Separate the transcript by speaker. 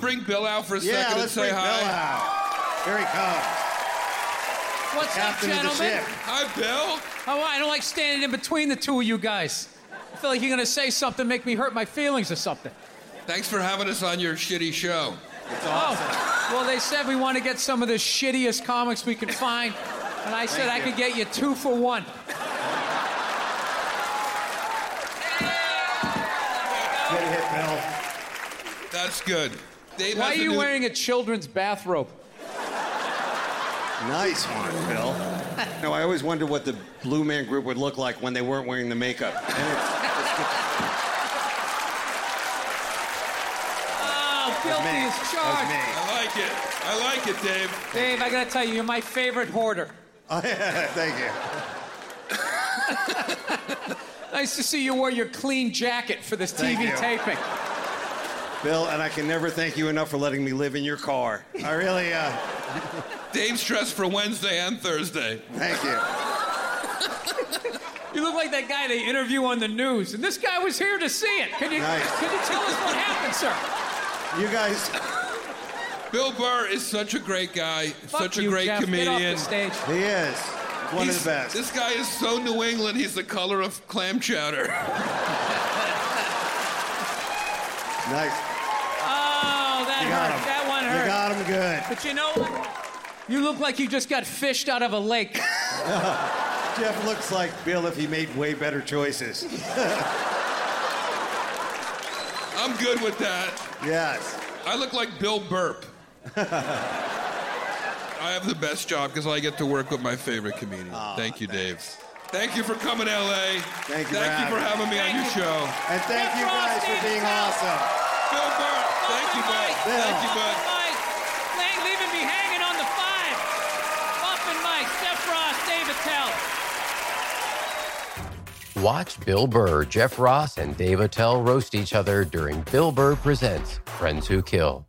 Speaker 1: bring Bill out for a
Speaker 2: Yeah,
Speaker 1: second and
Speaker 2: let's
Speaker 1: say
Speaker 2: bring Bill
Speaker 1: hi?
Speaker 2: out. Here he comes.
Speaker 3: What's up,
Speaker 2: Captain of the
Speaker 3: gentlemen?
Speaker 2: ship.
Speaker 1: Hi, Bill.
Speaker 3: Oh, I don't like standing in between the two of you guys. I feel like you're gonna say something, make me hurt my feelings or something.
Speaker 1: Thanks for having us on your shitty show.
Speaker 2: It's awesome.
Speaker 3: Oh, well, they said we want to get some of the shittiest comics we could find, and I said I
Speaker 2: Thank you.
Speaker 3: could get you two for one.
Speaker 2: Good hit, Bill.
Speaker 1: That's good. Dave
Speaker 3: Why are
Speaker 1: has a
Speaker 3: you
Speaker 1: new-
Speaker 3: wearing a children's bathrobe?
Speaker 2: Nice one, Bill. No, I always wonder what the Blue Man Group would look like when they weren't wearing the makeup. And it's-
Speaker 3: Oh, guilty
Speaker 2: me.
Speaker 3: as charged.
Speaker 2: That
Speaker 1: I like it. I like it, Dave.
Speaker 3: Dave, I gotta tell you, you're my favorite hoarder.
Speaker 2: was me. Thank you.
Speaker 3: Nice to see you wear your clean jacket for this
Speaker 2: Thank
Speaker 3: TV
Speaker 2: you.
Speaker 3: taping.
Speaker 2: Bill, and I can never thank you enough for letting me live in your car. I really, uh,
Speaker 1: Dave's dressed for Wednesday and Thursday.
Speaker 2: thank you.
Speaker 3: You look like that guy they interview on the news, and this guy was here to see it. Can you
Speaker 2: Nice.
Speaker 3: can you tell us what happened, sir?
Speaker 2: You guys,
Speaker 1: Bill Burr is such a great guy, such a
Speaker 3: you,
Speaker 1: great
Speaker 3: Jeff. Get
Speaker 1: comedian.
Speaker 3: off the stage.
Speaker 2: he is one of
Speaker 1: He's-
Speaker 2: the best.
Speaker 1: This guy is so New England, he's the color of clam chowder.
Speaker 2: nice.
Speaker 3: Oh, that
Speaker 2: You got
Speaker 3: hurt.
Speaker 2: him.
Speaker 3: That one
Speaker 2: You
Speaker 3: hurt.
Speaker 2: got him good.
Speaker 3: But you know what? You look like you just got fished out of a lake.
Speaker 2: Jeff looks like Bill if he made way better choices.
Speaker 1: I'm good with that.
Speaker 2: Yes.
Speaker 1: I look like Bill Burp. I have the best job because I get to work with my favorite comedian. Thank you, Dave. Thank you for coming, LA.
Speaker 2: Thank you for
Speaker 1: Thank you for having me on your show.
Speaker 2: And thank you guys for being awesome.
Speaker 1: Bill Burp, thank you, bud.
Speaker 2: Bill.
Speaker 1: Thank you, bud.
Speaker 3: Mike, Lang leaving me hanging on the five. Muffin Mike, Steph Ross, Dave Attell.
Speaker 4: Watch Bill Burr, Jeff Ross, and Dave Attell roast each other during Bill Burr Presents Friends Who Kill.